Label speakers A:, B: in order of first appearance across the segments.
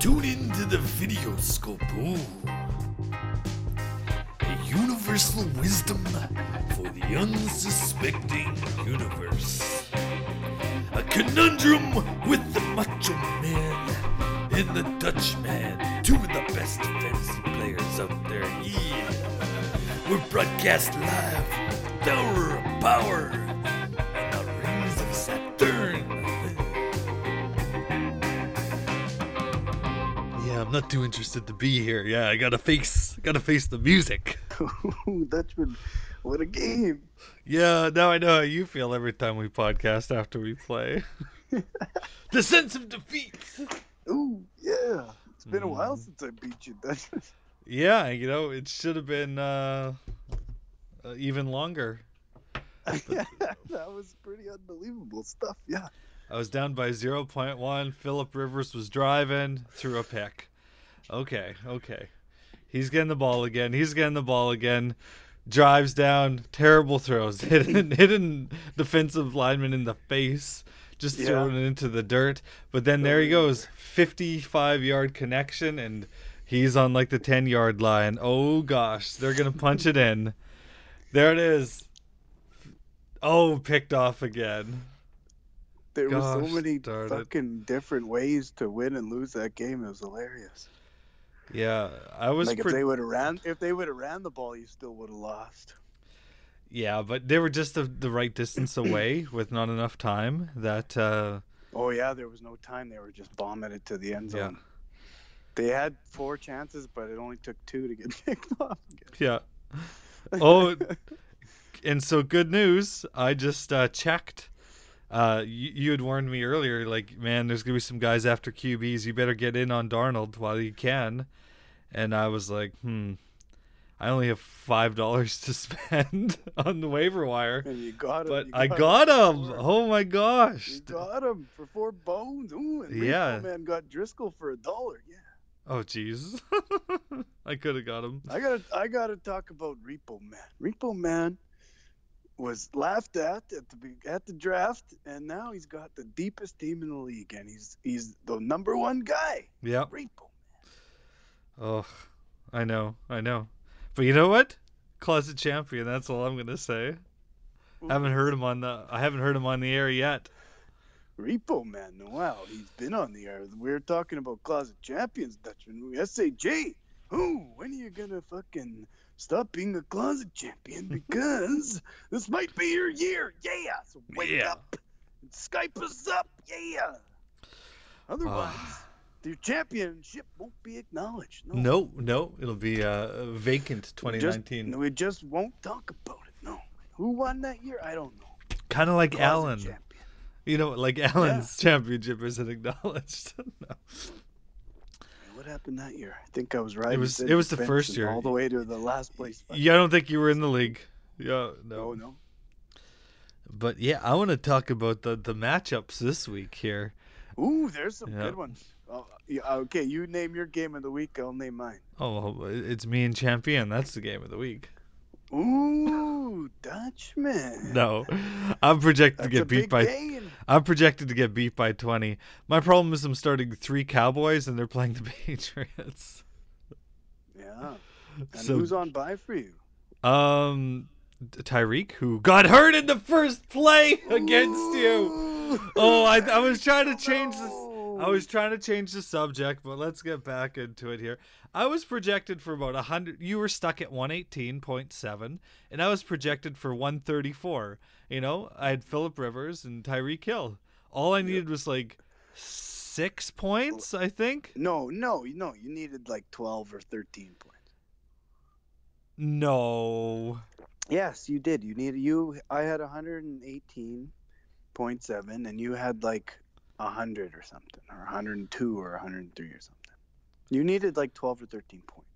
A: Tune into the video scope. A universal wisdom for the unsuspecting universe. A conundrum with the macho man and the Dutch man. Two of the best fantasy players out there. Yeah. We're broadcast live. Tower of Power. And the rings of Saturn. Yeah, I'm not too interested to be here. Yeah, I gotta face, gotta face the music.
B: Dutchman, what a game!
A: Yeah, now I know how you feel every time we podcast after we play. the sense of defeat.
B: Ooh, yeah. It's been a
A: Mm-hmm.
B: while since I beat you, Dutchman.
A: Yeah, you know it should have been uh, uh, even longer.
B: that was pretty unbelievable stuff. Yeah.
A: I was down by 0.1. Philip Rivers was driving through a pick. Okay, okay. He's getting the ball again. He's getting the ball again. Drives down, terrible throws, hitting, hitting defensive lineman in the face, just
B: Yeah.
A: throwing it into the dirt. But then there he goes, 55 yard connection, and he's on like the 10 yard line. Oh gosh, they're gonna punch it in. There it is. Oh, picked off again.
B: There were
A: Gosh
B: so many
A: darn it.
B: fucking different ways to win and lose that game. It was hilarious.
A: Yeah, I was
B: like
A: pretty.
B: if they would have ran, if they would have ran the ball, you still would have lost.
A: Yeah, but they were just the, the right distance away with not enough time. That uh,
B: Oh yeah, there was no time. They were just bombing it to the end
A: Yeah.
B: zone. They had four chances, but it only took two to get picked off.
A: yeah. Oh, and so good news. I just uh, checked. Uh, you, you had warned me earlier, like man, there's gonna be some guys after QBs. You better get in on Darnold while you can. And I was like, hmm, I only have five dollars to spend on the waiver wire,
B: And you got him.
A: but
B: you
A: I
B: got
A: got him.
B: for-
A: Oh my gosh!
B: You got him for four bones. Ooh, and
A: Yeah.
B: yeah. Man got Driscoll for a dollar. Yeah.
A: Oh jeez, I could have got him.
B: I gotta I gotta talk about Repo Man. Repo Man was laughed at at the be- at the draft, and now he's got the deepest team in the league, and he's he's the number one guy.
A: Yep.
B: Repo.
A: Oh, I know, I know. But you know what? Closet champion. That's all I'm gonna say. I haven't heard him on the. I haven't heard him on the air yet.
B: Repo Man. Wow, he's been on the air. We are talking about closet champions, Dutchman. Saj. Who? When are you gonna fucking stop being a closet champion? Because this might be your year. Yeah. So wake
A: Yeah.
B: up. And Skype us up. Yeah. Otherwise,
A: Ah.
B: your championship won't be acknowledged. No.
A: No, no, it'll be uh, vacant
B: We
A: 2019.
B: Just, we just won't talk about it. No. Who won that year? I don't know.
A: Kind of like
B: Closet
A: Allen.
B: champion.
A: You know, like Allen's championship isn't acknowledged. No.
B: What happened that year? I think I was right.
A: was- it was the first year.
B: all the way to the last place. fight.
A: Yeah, I don't think you were in the league. Yeah,
B: Oh, No,
A: no.
B: no.
A: But yeah, I want to talk about the the matchups this week here.
B: Ooh, there's some
A: Yeah.
B: good ones. Oh, yeah, okay, you name your game of the week. I'll name mine.
A: Oh, well, it's me and champion. That's the game of the week.
B: Ooh, Dutchman.
A: No, I'm projected
B: That's
A: to get
B: a
A: beat
B: big
A: by
B: game.
A: I'm projected to get beat by 20. My problem is I'm starting three Cowboys and they're playing the Patriots.
B: Yeah. And
A: So-
B: who's on by for you?
A: Um, Tyreek, who got hurt in the first play against you.
B: Ooh.
A: Oh, I, I was trying to change this. I
B: No.
A: was trying to change the subject, but let's get back into it here. I was projected for about 100. You were stuck at 118.7, and I was projected for 134. You know, I had Philip Rivers and Tyreek Hill. All I needed was like six points, I think.
B: No, no, no. You needed like 12 or 13 points.
A: No.
B: Yes, you did. You needed you. I had 118.7, and you had like 100 or something, or 102 or 103 or something. You needed like 12 or 13 points.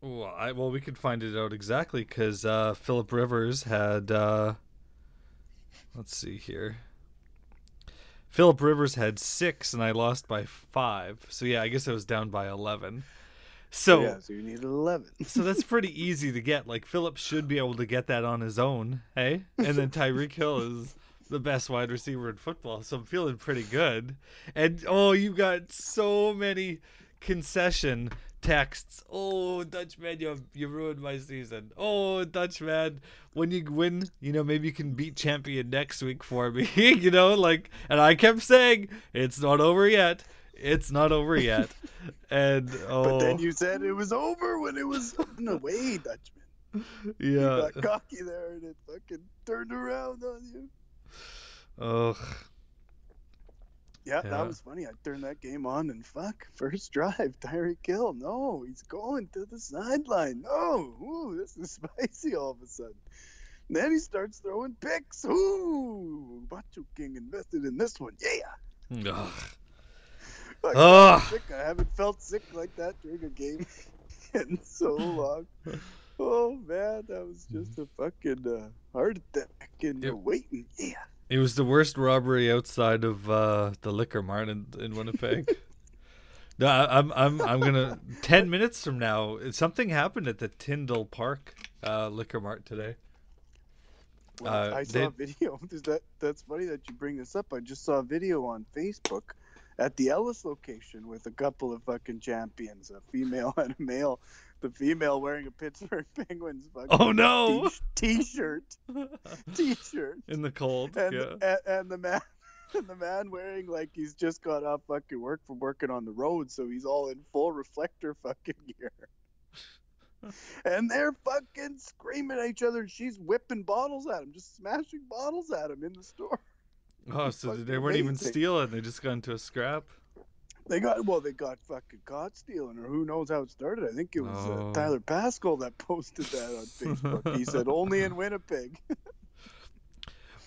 A: Well, I, well we could find it out exactly because uh, Philip Rivers had. Uh, let's see here. Philip Rivers had six, and I lost by five. So yeah, I guess I was down by eleven. So
B: yeah, so you needed 11.
A: so that's pretty easy to get. Like Philip should be able to get that on his own, hey? And then Tyreek Hill is the best wide receiver in football, so I'm feeling pretty good. And oh, you got so many concession texts. Oh, Dutchman, you have, you ruined my season. Oh, Dutchman, when you win, you know maybe you can beat champion next week for me. you know, like, and I kept saying it's not over yet. It's not over yet. and oh,
B: But then you said it was over when it was no way, Dutchman. You
A: yeah.
B: got cocky there and it fucking turned around on you.
A: Ugh.
B: Yeah,
A: Yeah.
B: that was funny. I turned that game on and fuck, first drive, Tyreek Hill. No, he's going to the sideline. No, ooh, this is spicy all of a sudden. And then he starts throwing picks. Ooh, Macho King invested in this one. Yeah.
A: Ugh.
B: Like,
A: Ugh.
B: sick. I haven't felt sick like that during a game in so long. Oh man, that was just a fucking uh, heart attack and
A: Mm-hmm. Yep.
B: you're waiting. Yeah.
A: It was the worst robbery outside of uh, the liquor mart in, in Winnipeg. no, I, I'm I'm I'm gonna ten minutes from now. Something happened at the Tyndall Park uh, liquor mart today.
B: Well,
A: Uh,
B: I saw
A: they-
B: a video. Is that that's funny that you bring this up. I just saw a video on Facebook at the Ellis location with a couple of fucking champions, a female and a male. The female wearing a Pittsburgh Penguins fucking
A: Oh no!
B: t- t-shirt, t-shirt,
A: in the cold.
B: and
A: yeah.
B: and, and the man. And the man wearing like he's just got off fucking work from working on the road, so he's all in full reflector fucking gear. And they're fucking screaming at each other, and she's whipping bottles at him, just smashing bottles at him in the store.
A: Oh,
B: it's
A: so
B: fucking
A: they weren't even
B: amazing.
A: stealing. They just got into a scrap.
B: They got well, they got fucking caught stealing, or who knows how it started. I think it was
A: Oh.
B: uh, Tyler Pascal that posted that on Facebook. he said only in Winnipeg.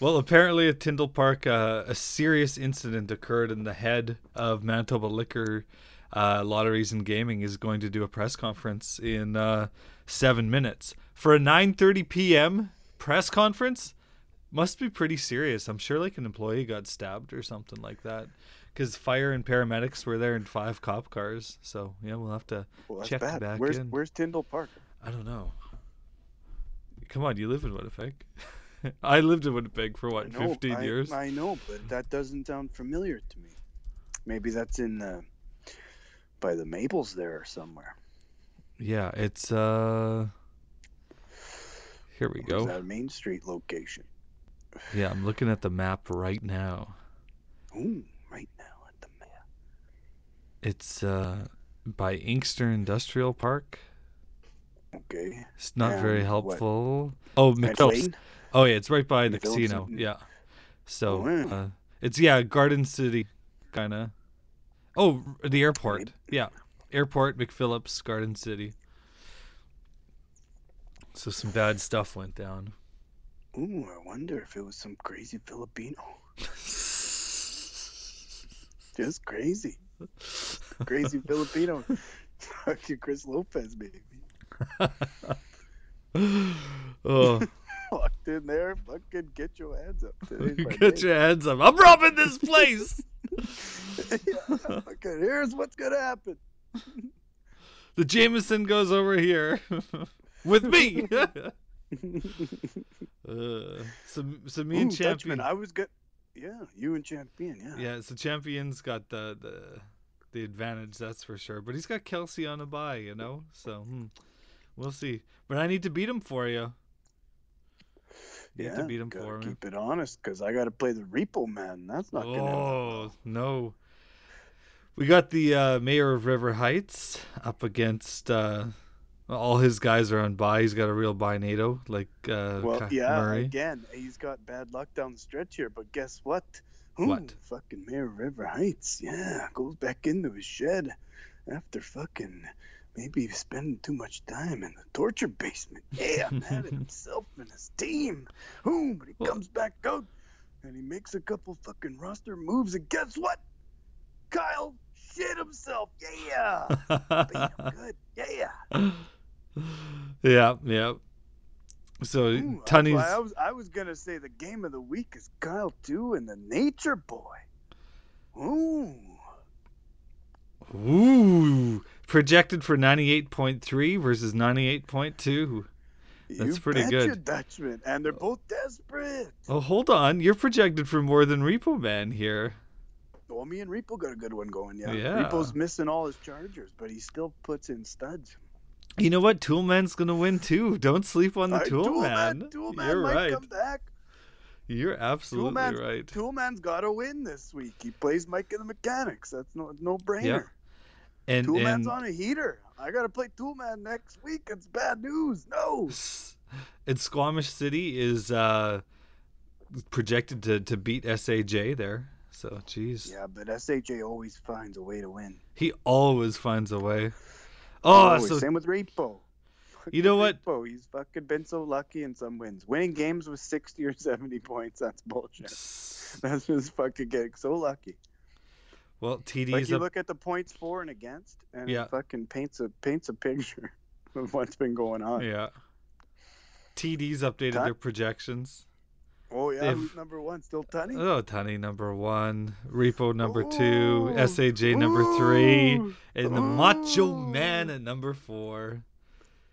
A: Well, apparently at Tyndall Park, uh, a serious incident occurred, and the head of Manitoba Liquor uh, Lotteries and Gaming is going to do a press conference in uh, seven minutes for a 9:30 p.m. press conference. Must be pretty serious. I'm sure like an employee got stabbed or something like that, because fire and paramedics were there in five cop cars. So yeah, we'll have to.
B: Well, that's
A: Check
B: bad.
A: back
B: where's
A: in.
B: where's Tyndall Park?
A: I don't know. Come on, you live in Winnipeg. I lived in Winnipeg for what,
B: I know,
A: 15
B: I-
A: years?
B: I know, but that doesn't sound familiar to me. Maybe that's in uh, by the Maples there or somewhere.
A: Yeah, it's uh here we
B: Or Is
A: go.
B: that a Main Street location?
A: Yeah, I'm looking at the map right now.
B: Ooh, right now at the map.
A: It's uh by Inkster Industrial Park.
B: Okay.
A: It's not very
B: And what?
A: helpful. Oh, McPhillips.
B: Lane?
A: Oh yeah, it's right by the
B: McPhillips
A: casino.
B: and-
A: Yeah. So
B: yeah.
A: uh it's yeah, Garden City kind of. Oh, r- the airport. Yeah. Airport McPhillips, Garden City. So some bad stuff went down.
B: Ooh, I wonder if it was some crazy Filipino. Just crazy. Crazy Filipino. Fucking Chris Lopez, maybe.
A: oh.
B: Walked in there, fucking get your hands up. Today's my
A: Get
B: day.
A: your hands up. I'm robbing this place.
B: yeah, fucking, here's what's gonna happen.
A: the Jameson goes over here with me. uh, so, so me and
B: Ooh,
A: Champion.
B: Dutchman, I was good. Yeah, you and Champion, yeah.
A: Yeah, so Champion's got the, the the advantage, that's for sure. But he's got Kelsey on a bye, you know? So hmm, we'll see. But I need to beat him for you. You have to
B: Yeah,
A: beat him
B: gotta
A: for me.
B: Keep it honest, cause I gotta play the Repo Man. That's not gonna. happen.
A: Oh no. We got the uh, mayor of River Heights up against uh, all his guys are on buy. He's got a real buy NATO like uh,
B: Well,
A: Ky-
B: yeah,
A: Murray.
B: again, he's got bad luck down the stretch here, but guess what? Ooh,
A: What?
B: Fucking Mayor of River Heights, yeah, goes back into his shed after fucking maybe spending too much time in the torture basement. Yeah, mad at himself and his team. Ooh, but he
A: Well-
B: comes back out and he makes a couple fucking roster moves, and guess what? Kyle shit himself. Yeah, beat him good. Yeah.
A: yeah, yeah. So
B: Ooh, that's
A: Tunny's
B: why I was I was gonna say the game of the week is Kyle Two and the Nature Boy. Ooh,
A: ooh projected for ninety eight point three versus ninety eight point two. That's
B: You
A: pretty
B: betcha,
A: good.
B: Dutchman, and they're both desperate.
A: Oh, hold on. You're projected for more than Repo Man here.
B: Well, me and Repo got a good one going. Yeah.
A: Yeah.
B: Repo's missing all his chargers, but he still puts in studs.
A: You know what? Toolman's gonna win too. Don't sleep on the
B: Uh,
A: Toolman.
B: Tool Man
A: You're
B: might
A: right.
B: come back.
A: You're absolutely
B: Toolman's-
A: right.
B: Toolman's got to win this week. He plays Mike and the Mechanics. That's no no brainer.
A: And
B: Toolman's
A: and
B: on a heater. I gotta play Toolman next week. It's bad news. No.
A: S- and Squamish City is uh, projected to, to beat Saj there. So jeez,
B: Yeah, but Saj always finds a way to win.
A: he always finds a way. Oh,
B: Always.
A: so
B: same with Repo.
A: You know what?
B: Repo, he's fucking been so lucky in some wins. Winning games with 60 or 70 points, that's bullshit.
A: s-
B: That's just fucking getting so lucky.
A: well,
B: Like
A: TD's
B: you
A: up.
B: look at the points for and against, and
A: Yeah.
B: it fucking paints a paints a picture of what's been going on.
A: yeah. TD's updated
B: Tut-
A: their projections.
B: Oh yeah,
A: They've-
B: who's number one? Still Tunny.
A: Oh, Tani number one, Repo number two,
B: Ooh.
A: Saj number three,
B: Ooh.
A: and the Macho
B: Ooh.
A: Man at number four.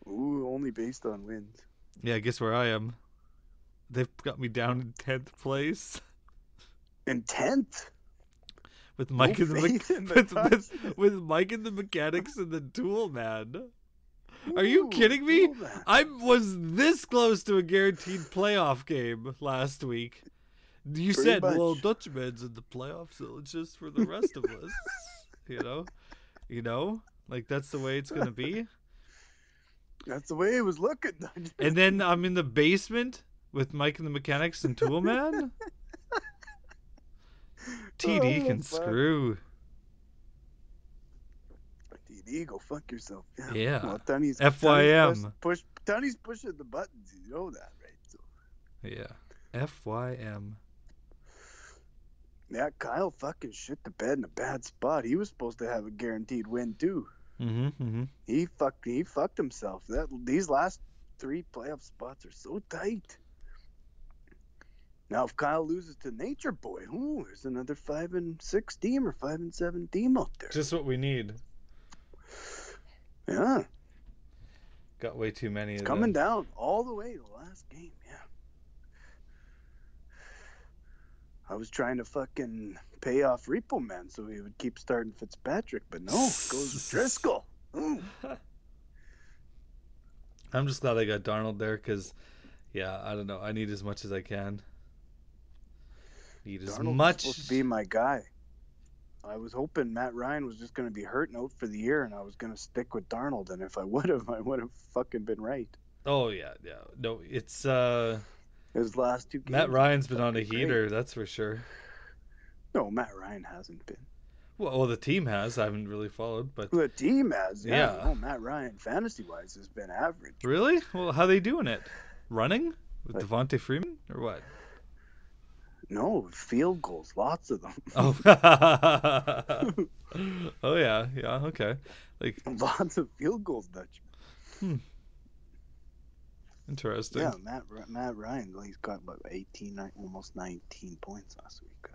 B: Ooh, only based on wins.
A: Yeah, guess where I am? They've got me down in tenth place
B: In tenth.
A: with Mike
B: no
A: and the Mech-
B: faith in the
A: with,
B: Ducks.
A: with, with Mike and the mechanics and the duel man. Are you
B: Ooh,
A: kidding me?
B: cool, man.
A: I was this close to a guaranteed playoff game last week.
B: Pretty
A: You said, "Well,
B: much.
A: Dutchman's in the playoffs, so it's just for the rest of us." You know, you know, like that's the way it's gonna be.
B: That's the way it was looking.
A: And then I'm in the basement with Mike and the mechanics and Tool Man. TD
B: Oh,
A: can
B: fuck.
A: screw.
B: DD, go fuck yourself. Yeah.
A: Yeah.
B: Well, Tunny's,
A: FYM.
B: Tunny's push, push Tunny's pushing the buttons. You know that, right? So,
A: Yeah. FYM.
B: yeah, Kyle fucking shit the bed in a bad spot. He was supposed to have a guaranteed win too.
A: Mm-hmm, mm-hmm.
B: He fucked. He fucked himself. That these last three playoff spots are so tight. Now, if Kyle loses to Nature Boy, ooh, there's another five and six team or five and seven team out there.
A: Just what we need.
B: yeah,
A: Got way too many of
B: it's
A: them.
B: coming down all the way to the last game. Yeah. I was trying to fucking pay off Repo Man so he would keep starting Fitzpatrick, but no, it goes with Driscoll. Ooh.
A: I'm just glad I got Darnold there because, yeah, I don't know. I need as much as I can. Need as
B: Darnold was
A: much.
B: supposed to be my guy. I was hoping Matt Ryan was just going to be hurt and out for the year, and I was going to stick with Darnold. And if I would have, I would have fucking been right.
A: Oh yeah, yeah. No, it's uh
B: His last two games.
A: Matt Ryan's been on a
B: fucking great.
A: heater, that's for sure.
B: No, Matt Ryan hasn't been.
A: Well, well, the team has. I haven't really followed, but
B: The team has. Yeah.
A: Yeah.
B: No, Matt Ryan, fantasy wise, has been average.
A: really, well, how they doing it? Running with
B: Like-
A: Devontae Freeman or what?
B: No, field goals, lots of them.
A: Oh, oh yeah, yeah, okay. Like
B: lots of field goals, Dutch.
A: interesting.
B: Yeah, Matt, Ry- Matt Ryan, well, he's got like 18, like, almost 19 points last week.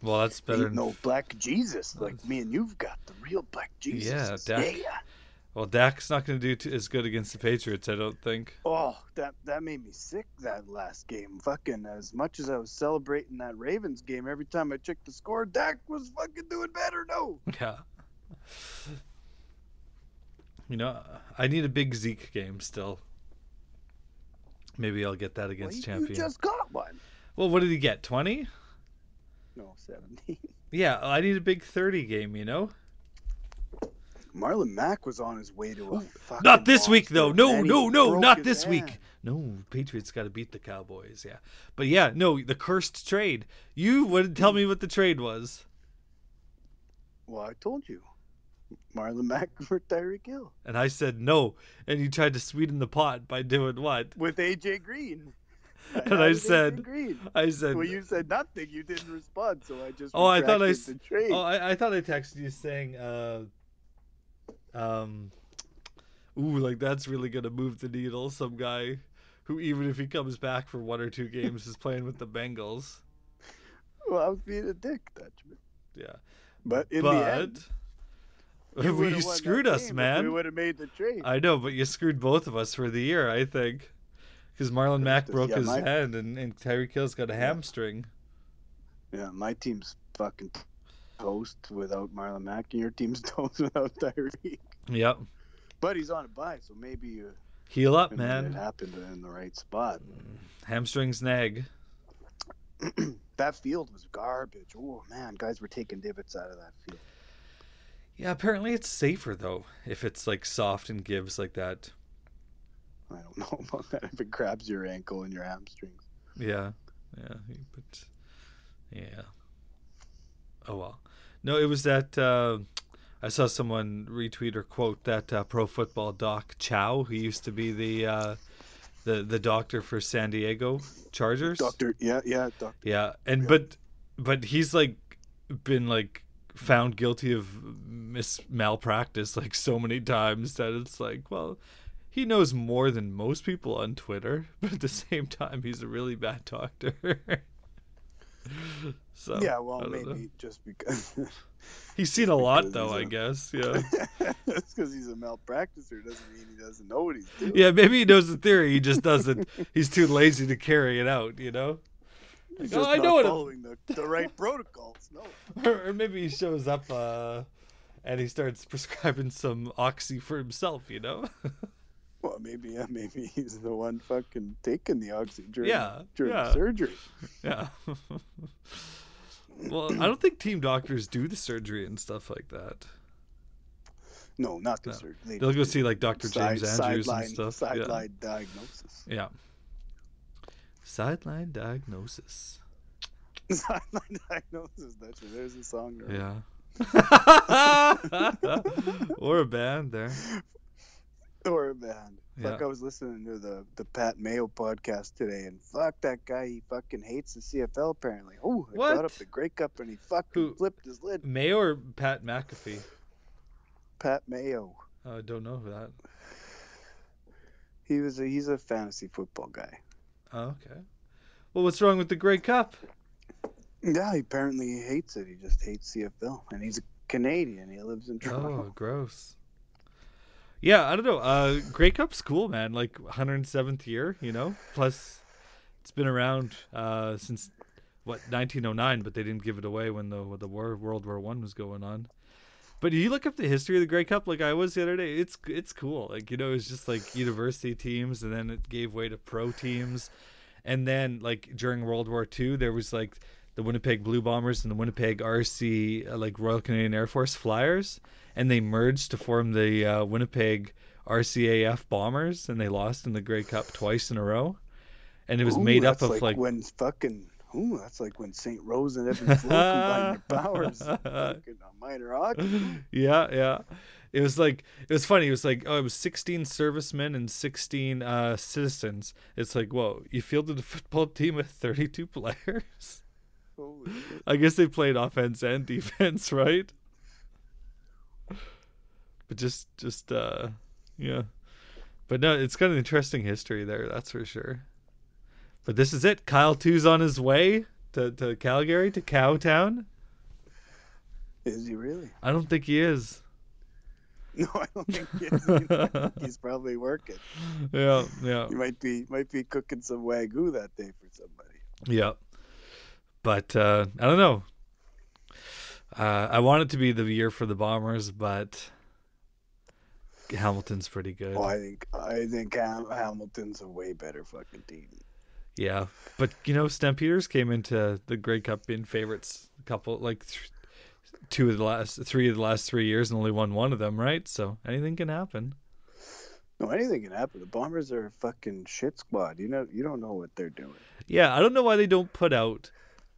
A: Well, that's better.
B: Ain't
A: Than...
B: no black Jesus like me and you've got the real black Jesus.
A: Yeah, Dak. Well, Dak's not going to do t- as good against the Patriots, I don't think.
B: Oh, that that made me sick that last game. Fucking as much as I was celebrating that Ravens game, every time I checked the score, Dak was fucking doing better. No,
A: Yeah. You know, I need a big Zeke game still. Maybe I'll get that
B: well,
A: against
B: you,
A: champion.
B: you just got one.
A: Well, what did he get? Twenty?
B: No, seventeen.
A: Yeah, I need a big thirty game. You know,
B: Marlon Mack was on his way to a fucking
A: not this week
B: monster,
A: though. No,
B: and he
A: no, no,
B: broke
A: not
B: his
A: this week.
B: hand.
A: No, Patriots got to beat the Cowboys. Yeah, but yeah, no, the cursed trade. You wouldn't tell me what the trade was.
B: Well, I told you, Marlon Mack for Tyreek Hill
A: And I said no, and you tried to sweeten the pot by doing what?
B: with AJ Green.
A: And I
B: added AJ
A: said-
B: Green.
A: I said,
B: Well, you said nothing. You didn't respond, so I just.
A: Oh, I thought I
B: retracted
A: s-
B: the trade.
A: Oh, I, I thought I texted you saying, uh, um, ooh, like that's really gonna move the needle. Some guy who, even if he comes back for one or two games, is playing with the Bengals.
B: Well, I was being a dick, Dutchman.
A: Yeah,
B: But in
A: but
B: the end,
A: you,
B: would've won that
A: screwed us,
B: game if We
A: man.
B: would have made the trade.
A: I know, but you screwed both of us for the year. I think. Because Marlon Mack
B: Yeah,
A: broke his
B: my-
A: hand and, and Tyreek Hill's got a hamstring.
B: Yeah, my team's fucking toast without Marlon Mack, and your team's toast without Tyreek.
A: Yep.
B: But he's on a bye, so maybe, uh,
A: Heal up,
B: maybe it
A: man.
B: happened in the right spot.
A: Hamstring snag.
B: that field was garbage. Oh man, guys were taking divots out of that field.
A: Yeah, apparently it's safer though if it's like soft and gives like that.
B: I don't know about that if it grabs your ankle and your hamstrings.
A: Yeah, yeah, you- but yeah. Oh well. No, it was that uh, I saw someone retweet or quote that uh, pro football doc Chow, who used to be the uh, the the doctor for San Diego Chargers.
B: Doctor, yeah, yeah, doc,
A: Yeah, and
B: Yeah.
A: but but he's like been like found guilty of mis malpractice like so many times that it's like, well, he knows more than most people on Twitter, but at the same time, he's a really bad doctor. so
B: yeah.
A: I
B: Well,
A: don't know.
B: maybe just because
A: he's seen a lot
B: because
A: though,
B: he's
A: I
B: a-
A: guess. Yeah,
B: that's because he's a malpracticer doesn't mean he doesn't know what he's doing.
A: yeah. Maybe he knows the theory, he just doesn't. He's too lazy to carry it out, you know.
B: He's
A: Oh,
B: just
A: I
B: not
A: know what it-
B: following the, the right protocols. No,
A: or, or maybe he shows up uh, and he starts prescribing some oxy for himself, you know?
B: well, maybe yeah, maybe he's the one fucking taking the oxygen during,
A: Yeah,
B: during
A: yeah.
B: surgery.
A: yeah. well, I don't think team doctors do the surgery and stuff like that.
B: No, not the
A: No.
B: surgery. They
A: They'll go
B: just
A: see like Dr. James
B: side-
A: Andrews
B: sideline,
A: and stuff. yeah.
B: Sideline diagnosis.
A: yeah. Sideline diagnosis.
B: sideline diagnosis. That's it. There's a song. there.
A: Yeah. or a band there.
B: Or a band. Fuck,
A: Yeah.
B: I was listening to the, the Pat Mayo podcast today, and fuck that guy. He fucking hates the CFL apparently. Oh, I
A: What?
B: brought up the Grey Cup, and he fucking
A: Who?
B: flipped his lid.
A: Mayo or Pat McAfee?
B: Pat Mayo.
A: I don't know that.
B: He was a, he's a fantasy football guy.
A: Oh, okay. Well, what's wrong with the Grey Cup?
B: Yeah, he apparently hates it. He just hates CFL, and he's a Canadian. He lives in
A: Oh,
B: Toronto.
A: gross. Yeah, I don't know. Uh, Grey Cup's cool, man. Like 107th year, you know. Plus, it's been around uh, since what 1909, but they didn't give it away when the when the war World War One was going on. But you look up the history of the Grey Cup, like I was the other day. It's it's cool. Like you know, it's just like university teams, and then it gave way to pro teams, and then like during World War Two, there was like the Winnipeg Blue Bombers and the Winnipeg RC, uh, like Royal Canadian Air Force Flyers, and they merged to form the uh, Winnipeg RCAF Bombers, and they lost in the Grey Cup twice in a row. And it was
B: Ooh,
A: made up
B: that's
A: of like,
B: when fucking. Ooh, that's like when St. Rose and Evan Flo combined their powers. Fucking minor hockey.
A: yeah, yeah. It was like it was funny. It was like oh, it was 16 servicemen and 16 uh, citizens. It's like whoa, you fielded a football team of 32 players.
B: Holy shit.
A: I guess they played offense and defense, right? But just just uh yeah. But no, it's got an interesting history there, that's for sure. But this is it. Kyle two's on his way to, to Calgary, to Cowtown.
B: Is he really?
A: I don't think he is.
B: No, I don't think he is. either. He's probably working.
A: Yeah, yeah.
B: He might be might be cooking some wagyu that day for somebody.
A: Yeah. But uh, I don't know. Uh, I want it to be the year for the Bombers, but Hamilton's pretty good.
B: Oh, I think I think Ham- Hamilton's a way better fucking team.
A: Yeah, but you know, Stampeders came into the Grey Cup being favorites a couple, like th- two of the last, three of the last three years, and only won one of them, right? So anything can happen.
B: No, anything can happen. The Bombers are a fucking shit squad. You know, you don't know what they're doing.
A: Yeah, I don't know why they don't put out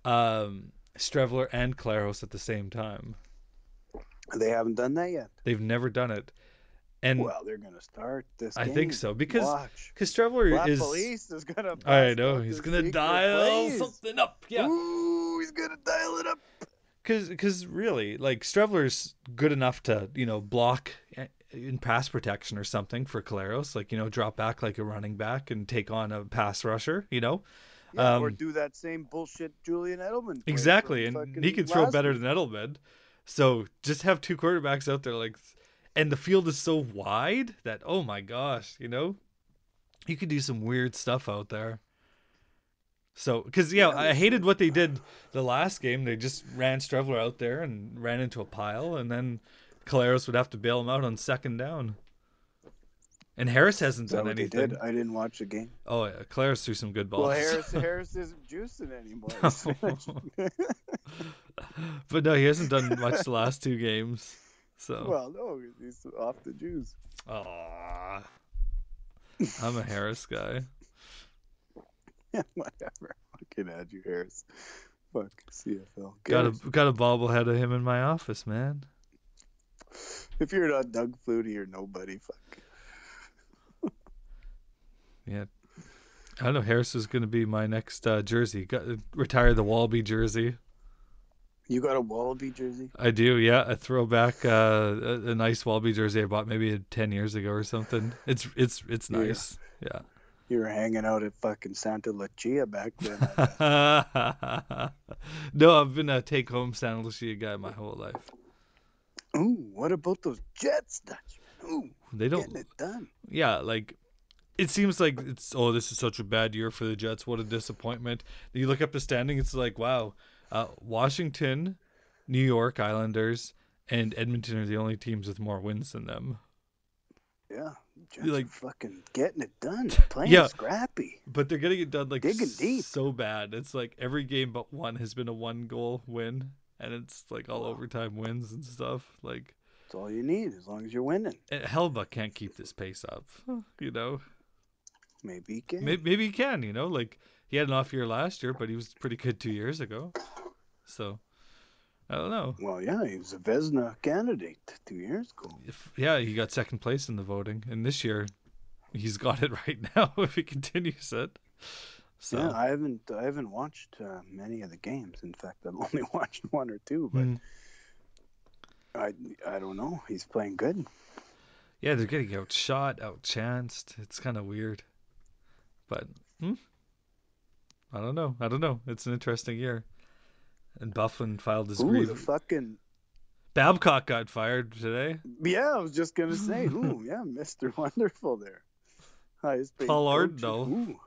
A: um, Strevler and Claros at the same time.
B: They haven't done that yet.
A: They've never done it, and
B: well, they're gonna start this.
A: I think
B: game.
A: so, because-
B: watch.
A: because Strevler
B: Black
A: is,
B: Police is gonna.
A: I
B: bust
A: know
B: out
A: he's
B: the
A: gonna
B: secret
A: dial
B: plays.
A: something up. Yeah,
B: Ooh, he's gonna dial it up.
A: Cause, cause really, like Strevler's good enough to you know block a- in pass protection or something for Caleros, like you know drop back like a running back and take on a pass rusher, you know
B: Yeah, or
A: Um,
B: do that same bullshit Julian Edelman. played for
A: exactly,
B: fucking
A: and he can throw
B: last
A: better
B: week.
A: than Edelman. So just have two quarterbacks out there, like, and the field is so wide that oh my gosh, you know, you could do some weird stuff out there. So, because yeah, I hated what they did the last game. They just ran Strevler out there and ran into a pile, and then Caleros would have to bail him out on second down. And Harris hasn't
B: Is that
A: done
B: what they
A: anything.
B: did? I didn't watch the game.
A: Oh yeah, Caleros threw some good balls.
B: Well, Harris Harris isn't juicing anymore.
A: Oh, but no, he hasn't done much the last two games. So,
B: well, no, he's off the juice.
A: Aw. I'm a Harris guy.
B: Whatever. Fucking at you, Harris. Fuck CFL.
A: Got a
B: Garrett,
A: got a bobblehead of him in my office, man.
B: If you're not Doug Flutie or nobody, fuck.
A: I don't know. Harris is going to be my next uh, jersey. Got, retire the Walby jersey.
B: You got a Wallaby jersey?
A: I do, yeah. A throwback, uh, a, a nice Walby jersey I bought maybe ten years ago or something. It's it's it's
B: Yeah.
A: nice. Yeah.
B: You were hanging out at fucking Santa Lucia back then.
A: no, I've been a take home San Lucia guy my whole life.
B: Ooh, what about those Jets, Dutch? Ooh,
A: They don't
B: getting it done.
A: yeah, like it seems like it's oh, this is such a bad year for the Jets. What a disappointment. You look up the standing, it's like wow, uh, Washington, New York Islanders, and Edmonton are the only teams with more wins than them.
B: Yeah, Jets are
A: like-
B: fucking getting it done. Playing
A: Yeah.
B: scrappy.
A: But they're getting it done like
B: Digging deep.
A: so bad. It's like every game but one has been a one goal win, and it's like all overtime wins and stuff. Like
B: That's all you need as long as you're winning.
A: eh, Helba can't keep this pace up, you know.
B: Maybe you can.
A: Maybe, maybe he can, you know, like he had an off year last year, but he was pretty good two years ago. So I don't know.
B: Well, yeah, he was a Vesna candidate two years ago.
A: If, yeah, he got second place in the voting, and this year he's got it right now if he continues it. So
B: Yeah, I haven't I haven't watched uh, many of the games. In fact, I've only watched one or two. But
A: Hmm.
B: I I don't know. He's playing good.
A: yeah, they're getting outshot, outchanced. It's kind of weird, but hmm? I don't know. I don't know. It's an interesting year. And Bufflin filed his
B: Ooh, the
A: grievance.
B: fucking
A: Babcock got fired today.
B: yeah. I was just gonna say. Ooh, yeah, Mister Wonderful there. Highest paid
A: Paul
B: coach.
A: Ardno.
B: Ooh,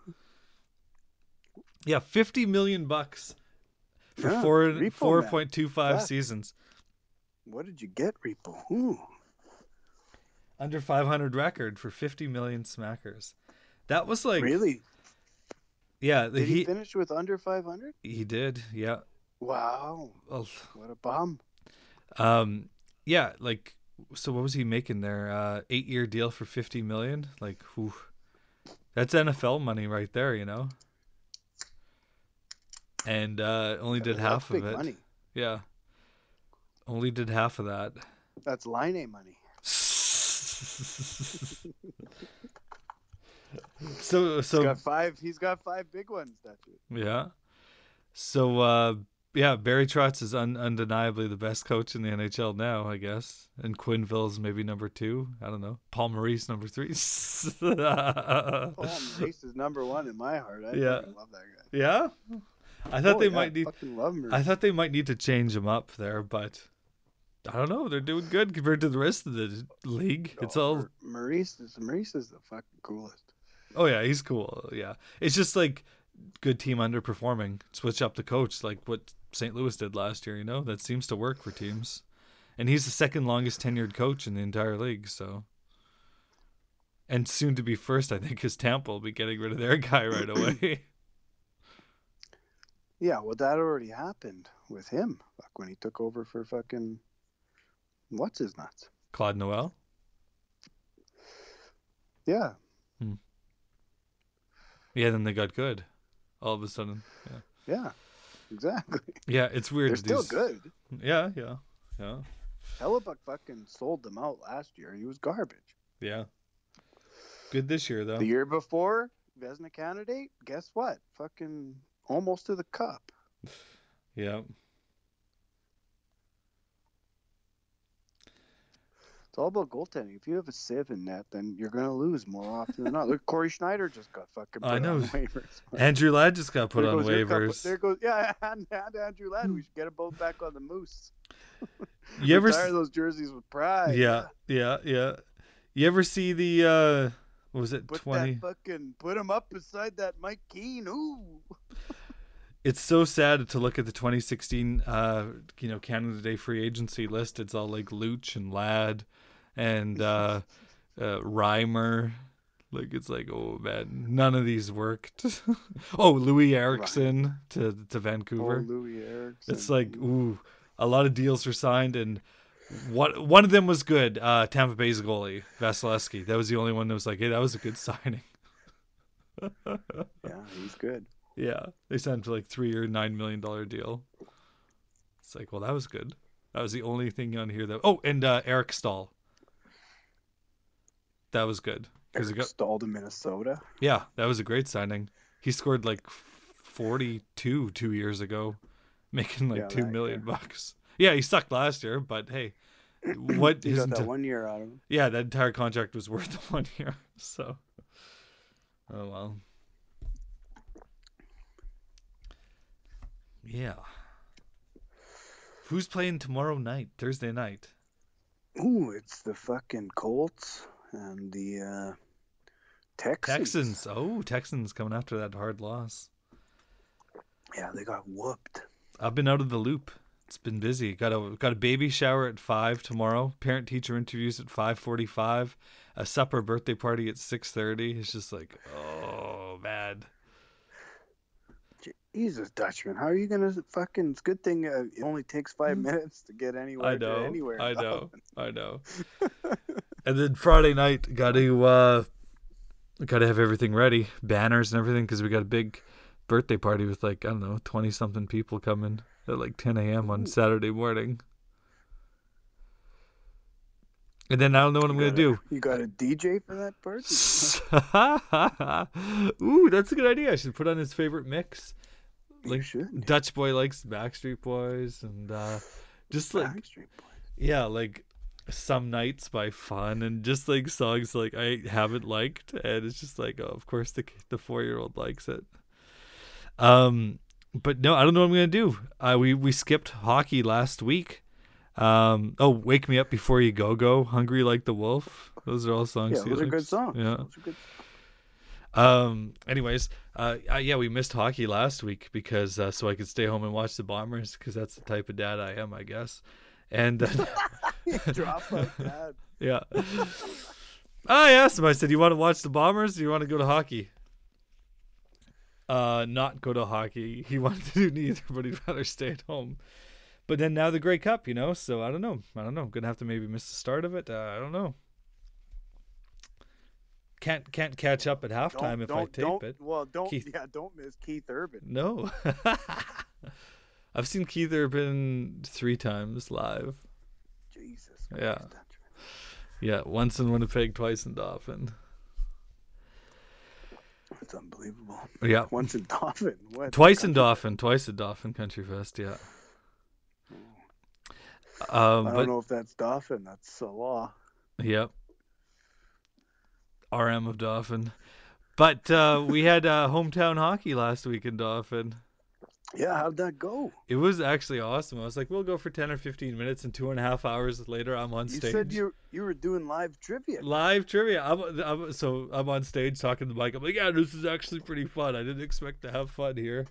A: Yeah, fifty million bucks for
B: Yeah,
A: four
B: repo
A: four
B: man.
A: point two five
B: Fuck.
A: seasons,
B: what did you get, Repo? Ooh,
A: under five hundred record for fifty million smackers. That was like
B: really?
A: yeah,
B: Did he,
A: he
B: finish with under five hundred?
A: he did yeah.
B: Wow,
A: Oh,
B: what a bomb!
A: Um, yeah, like so, what was he making there? Uh, eight year deal for fifty million. Like, whew. that's NFL money right there, you know. And uh, only did
B: That's
A: half of
B: big
A: it.
B: Money.
A: Yeah, only did half of that.
B: That's line A money.
A: so
B: he's
A: so
B: got five. He's got five big ones. That's it.
A: yeah. So uh yeah, Barry Trotz is un- undeniably the best coach in the NHL now, I guess. And Quinville's maybe number 2, I don't know. Paul Maurice number 3.
B: Paul Maurice is number one in my heart. I
A: Yeah.
B: fucking love that guy.
A: yeah? I thought
B: Oh,
A: they
B: yeah,
A: might need
B: Fucking love Maurice.
A: I thought they might need to change him up there, but I don't know. They're doing good compared to the rest of the league. It's
B: Oh,
A: all
B: Mar- Maurice is Maurice is the fucking coolest.
A: Oh yeah, he's cool. Yeah, it's just like good team underperforming. Switch up the coach, like what St. Louis did last year. You know that seems to work for teams, and he's the second longest tenured coach in the entire league. So, and soon to be first, I think, is Tampa will be getting rid of their guy right away.
B: Yeah, well, that already happened with him. Fuck, when he took over for fucking what's his nuts?
A: Claude Noel.
B: Yeah,
A: Yeah, then they got good. All of a sudden,
B: yeah, exactly.
A: yeah, it's weird.
B: They're still
A: these-
B: good.
A: Yeah, yeah, yeah,
B: Hellebuck fucking sold them out last year. He was garbage.
A: yeah. Good this year though.
B: The year before, Vesna candidate. Guess what? Fucking almost to the cup.
A: Yeah.
B: It's all about goaltending. If you have a sieve in net, then you're gonna lose more often than not. Look, Corey Schneider just got fucking put
A: I know.
B: on waivers.
A: Andrew Ladd just got put
B: There
A: on
B: goes your couple-
A: waivers.
B: There goes yeah, and, and Andrew Ladd. We should get them both back on the moose.
A: You ever
B: Retire
A: s-
B: those jerseys with pride?
A: Yeah, yeah, yeah. You ever see the uh What was it?
B: Put
A: Twenty.
B: that fucking put him up beside that Mike Keene. Ooh,
A: it's so sad to look at the 2016 uh you know canada day free agency list it's all like luch and ladd and uh, uh reimer like it's like oh man none of these worked oh louis erickson to to vancouver
B: oh, Louis Erickson.
A: it's like ooh a lot of deals were signed and what one of them was good uh tampa bay's goalie vasilevsky that was the only one that was like hey that was a good signing
B: yeah, he's good.
A: Yeah, they signed for like three or nine million dollar deal. It's like, well, that was good. That was the only thing on here that. Oh, and uh, Eric Stahl. That was good because
B: Eric
A: it got
B: Stahl to Minnesota.
A: yeah, that was a great signing. He scored like forty two two years ago, making like
B: Yeah,
A: two
B: that
A: million bucks. Yeah, he sucked last year, but hey, what
B: He
A: his
B: got that
A: enti-
B: one year out of him.
A: yeah that entire contract was worth the one year. So, oh well. Yeah. Who's playing tomorrow night, Thursday night?
B: Ooh, it's the fucking Colts and the uh, Texans.
A: Texans. Oh, Texans coming after that hard loss.
B: Yeah, they got whooped.
A: I've been out of the loop. It's been busy. Got a got a baby shower at five tomorrow. Parent teacher interviews at five forty five. A supper birthday party at six thirty. It's just like, oh man.
B: Jesus, Dutchman, how are you gonna fucking? It's a good thing uh, it only takes five minutes to get anywhere.
A: Hmm. I know.
B: To anywhere.
A: I know. I know. and then Friday night, got to uh, got to have everything ready, banners and everything, because we got a big birthday party with like I don't know, twenty something people coming at like ten a.m. on Saturday morning. And then I don't know what I'm gonna do.
B: You got a DJ for that party?
A: Ooh, that's a good idea. I should put on his favorite mix.
B: you
A: Like
B: should.
A: Dutch boy likes Backstreet Boys and uh, just like
B: Backstreet Boys.
A: yeah, like some nights by fun and just like songs like I haven't liked and it's just like oh, of course the ki- the 4-year-old likes it. Um but no, I don't know what I'm going to do. Uh, we we skipped hockey last week. Um oh, Wake Me Up Before You Go Go, Hungry Like the Wolf. Those are all songs.
B: Yeah,
A: he
B: those are good
A: likes.
B: songs.
A: Yeah.
B: Those are good.
A: Um. Anyways, uh, uh, yeah, we missed hockey last week because uh, so I could stay home and watch the Bombers because that's the type of dad I am, I guess. And then,
B: Drop like that.
A: yeah, Ah, I asked him. I said, "You want to watch the Bombers? Or you want to go to hockey?" Uh, not go to hockey. He wanted to do neither, but he'd rather stay at home. But then now the Grey Cup, you know. So I don't know. I don't know. Gonna have to maybe miss the start of it. Uh, I don't know. Can't can't catch up at halftime if I tape
B: don't,
A: it.
B: Well, don't.
A: Keith.
B: Yeah, don't miss Keith Urban.
A: No. I've seen Keith Urban three times live.
B: Jesus. Christ,
A: Yeah.
B: Dutchman.
A: Yeah, once in Winnipeg, twice in Dauphin.
B: That's unbelievable.
A: Yeah.
B: Once in Dauphin. What?
A: Twice in Dauphin, twice at Dauphin Country Fest, yeah. Um,
B: I don't
A: but
B: know if that's Dauphin. That's Salah.
A: Yep. RM of Dauphin. But uh, we had uh, hometown hockey last week in Dauphin.
B: Yeah, how'd that go?
A: It was actually awesome. I was like, we'll go for 10 or 15 minutes, and two and a half hours later, I'm on
B: You
A: stage.
B: said you you were doing live trivia.
A: live trivia. I'm, I'm so I'm on stage talking to Mike. I'm like, yeah, this is actually pretty fun. I didn't expect to have fun here.
B: And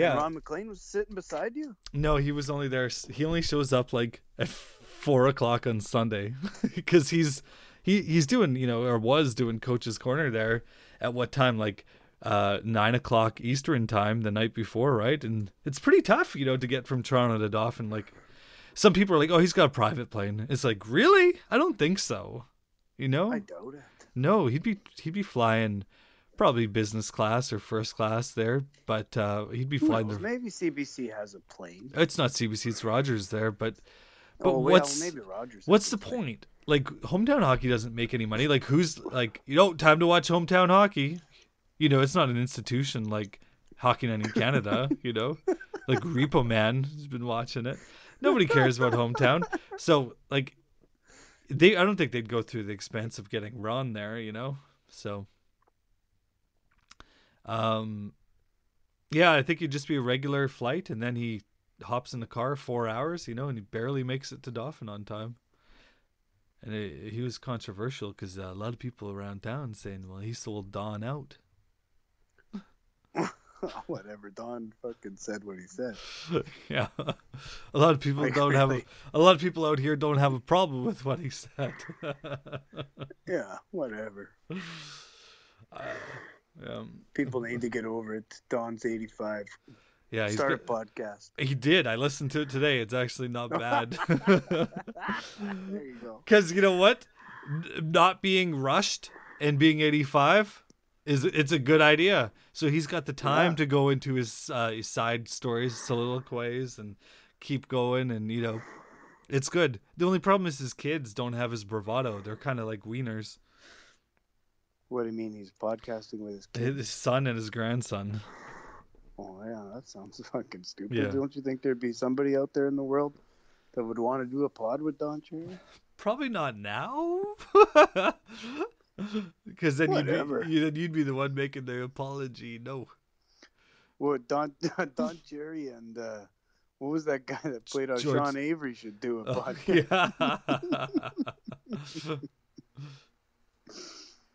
A: Yeah,
B: Ron McLean was sitting beside you.
A: no, he was only there. He only shows up like at four o'clock on Sunday because he's he he's doing you know or was doing Coach's Corner there at what time like uh nine o'clock Eastern time the night before, right? And it's pretty tough, you know, to get from Toronto to Dauphin. Like some people are like, oh, he's got a private plane. It's like really? I don't think so. You know,
B: I doubt it.
A: no, he'd be he'd be flying probably business class or first class there, but uh, he'd be
B: Who
A: flying
B: knows?
A: the.
B: Maybe CBC has a plane.
A: It's not CBC, it's Rogers there, but But
B: oh,
A: what's-
B: yeah, well, maybe Rogers?
A: what's
B: has
A: the
B: a plane.
A: point? Like hometown hockey doesn't make any money. Like who's like you know time to watch hometown hockey? You know it's not an institution like Hockey Night in Canada. you know, like Repo Man has been watching it. Nobody cares about hometown. So like they, I don't think they'd go through the expense of getting Ron there. You know, so um, yeah, I think it'd just be a regular flight, and then he hops in the car four hours. You know, and he barely makes it to Dauphin on time and it, he was controversial because a lot of people around town saying, "Well, he sold Don out."
B: Whatever. Don fucking said what he said.
A: yeah, a lot of people
B: Like,
A: don't have a,
B: really?
A: a lot of people out here don't have a problem with what he said.
B: Yeah, whatever.
A: Uh, um,
B: People need to get over it. Don's 85.
A: yeah, he's
B: Start
A: got-
B: a podcast.
A: he did. I listened to it today. It's actually not bad.
B: Ah, There you go.
A: Because you know what, N- not being rushed and being 85 is it's a good idea. So he's got the time
B: Yeah.
A: to go into his, uh, his side stories, soliloquies, and keep going. And you know, it's good. The only problem is his kids don't have his bravado. They're kind of like wieners.
B: What do you mean he's podcasting with his kids?
A: His son and his grandson.
B: Oh, yeah, that sounds fucking stupid.
A: Yeah.
B: Don't you think there'd be somebody out there in the world that would want to do a pod with Don Cherry?
A: Probably not now. Because then you'd
B: Whatever.
A: be, you, then you'd be the one making the apology. No.
B: Well, Don Don Cherry and uh, what was that guy that played on
A: George-
B: Sean Avery should do a
A: Oh,
B: podcast.
A: yeah.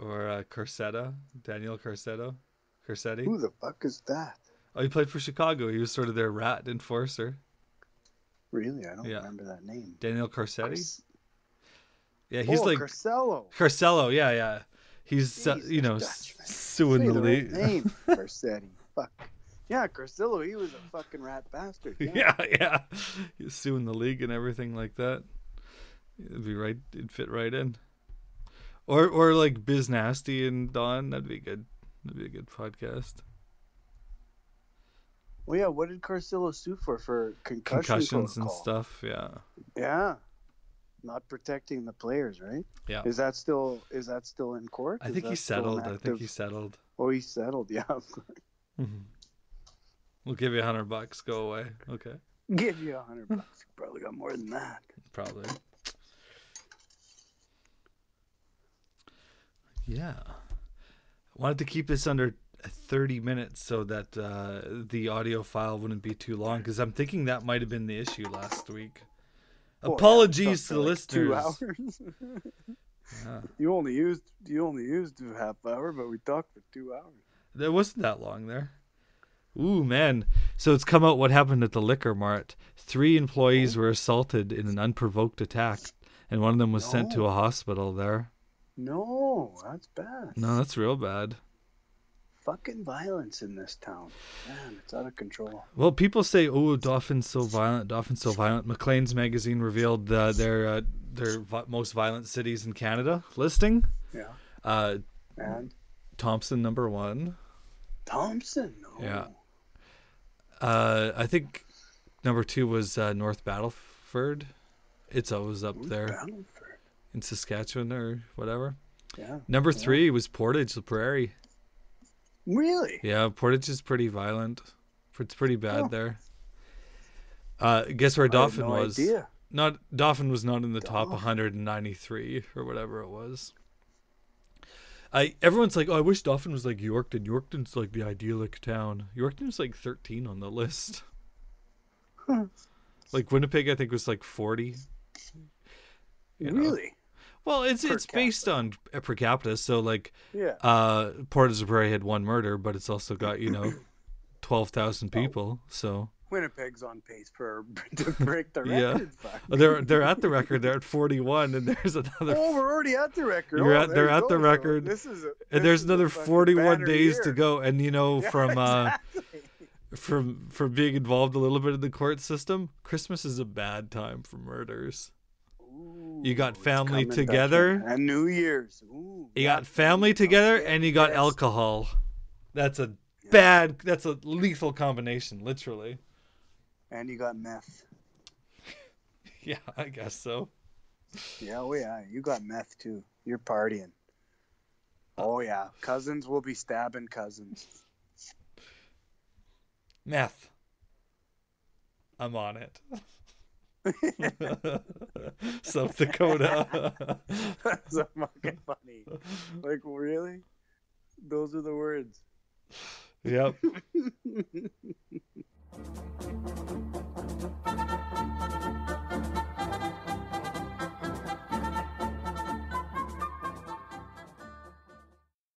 A: or uh, Corsetta, Daniel Corsetto, Corsetti.
B: Who the fuck is that?
A: Oh, he played for Chicago. He was sort of their rat enforcer.
B: Really, I don't
A: Yeah.
B: remember that name.
A: Daniel Corsetti.
B: Cors-
A: Yeah, he's
B: oh,
A: like
B: Corsello.
A: Corsello. Yeah, yeah. He's uh,
B: Jesus,
A: you know
B: Dutch, man.
A: suing
B: Say
A: the
B: the right
A: league.
B: name, Corsetti. Fuck. Yeah, Corsello. He was a fucking rat bastard. Yeah.
A: yeah, yeah. He's suing the league and everything like that. It'd be right. It'd fit right in. Or or like Biz Nasty and Don. That'd be good. That'd be a good podcast.
B: Well, yeah. What did Corsello sue for? For concussion
A: concussions and
B: protocol.
A: stuff. Yeah,
B: Yeah. Not protecting the players, right?
A: Yeah.
B: Is that still is that still in court?
A: I
B: Is
A: think he
B: that still an
A: settled. I think he
B: active-
A: settled.
B: Oh, he settled. Yeah, of course.
A: Mm-hmm. We'll give you a hundred bucks. Go away. Okay,
B: Give you a hundred bucks. You probably got more than that.
A: probably. Yeah, wanted to keep this under thirty minutes so that uh, the audio file wouldn't be too long because I'm thinking that might have been the issue last week.
B: Oh, yeah,
A: Apologies
B: stuck for
A: to the
B: like Two
A: listeners.
B: hours.
A: Yeah.
B: you only used you only used a half hour, but we talked for two hours.
A: There wasn't that long there. Ooh, man. So it's come out what happened at the liquor mart. Three employees
B: Oh.
A: were assaulted in an unprovoked attack, and one of them was sent to
B: No.
A: a hospital there.
B: No, that's bad.
A: No, that's real bad.
B: Fucking violence in this town. Man, it's out of control.
A: Well, people say, "Oh, Dolphin's so violent. Dolphin's so violent." Maclean's magazine revealed uh, their uh, their vi- most violent cities in Canada listing.
B: Yeah.
A: Uh,
B: And
A: Thompson number one.
B: Thompson. No.
A: Yeah. Uh, I think number two was uh, North Battleford. It's always up
B: Who's
A: there.
B: Battleford?
A: in Saskatchewan or whatever.
B: Yeah.
A: Number three was Portage, the prairie.
B: Really?
A: Yeah, Portage is pretty violent. It's pretty bad
B: Oh.
A: there. Uh, guess where
B: I had
A: Dauphin
B: no
A: was?
B: idea.
A: Not Dauphin was not in the top
B: Dauphin.
A: 193 or whatever it was. I everyone's like, oh, I wish Dauphin was like Yorkton. Yorkton's like the idyllic town. Yorkton's like 13 on the list.
B: Huh.
A: Like Winnipeg, I think was like 40. You know.
B: Really?
A: Well, it's
B: Per
A: it's based on uh, per capita, so like
B: Yeah.
A: uh Portage Prairie had one murder, but it's also got, you know,
B: Oh.
A: 12,000 people. So
B: Winnipeg's on pace for to break the
A: Yeah. Oh,
B: record. Fuck.
A: they're they're at the record. They're at 41 and there's another
B: Oh, we're already at the record.
A: You're
B: Oh,
A: at-
B: there
A: they're
B: you
A: at the
B: go. So
A: record.
B: this is a, this
A: and there's
B: is a
A: another
B: fucking
A: 41
B: banner
A: days to
B: year.
A: go and you know
B: Yeah,
A: from uh
B: exactly.
A: from from being involved a little bit in the court system, Christmas is a bad time for murders. you got
B: Ooh, it's
A: family
B: coming, Dutchman.
A: together.
B: and New Year's. Ooh,
A: You
B: yeah.
A: got family together
B: Okay,
A: and you got
B: yes.
A: alcohol. That's a
B: Yeah.
A: bad that's a lethal combination literally.
B: and you got meth.
A: Yeah, I guess so.
B: Yeah, oh yeah, you got meth too. You're partying. Oh yeah, cousins will be stabbing cousins.
A: Meth. I'm on it. South Dakota.
B: That's so fucking funny. Like really, those are the words.
A: yep.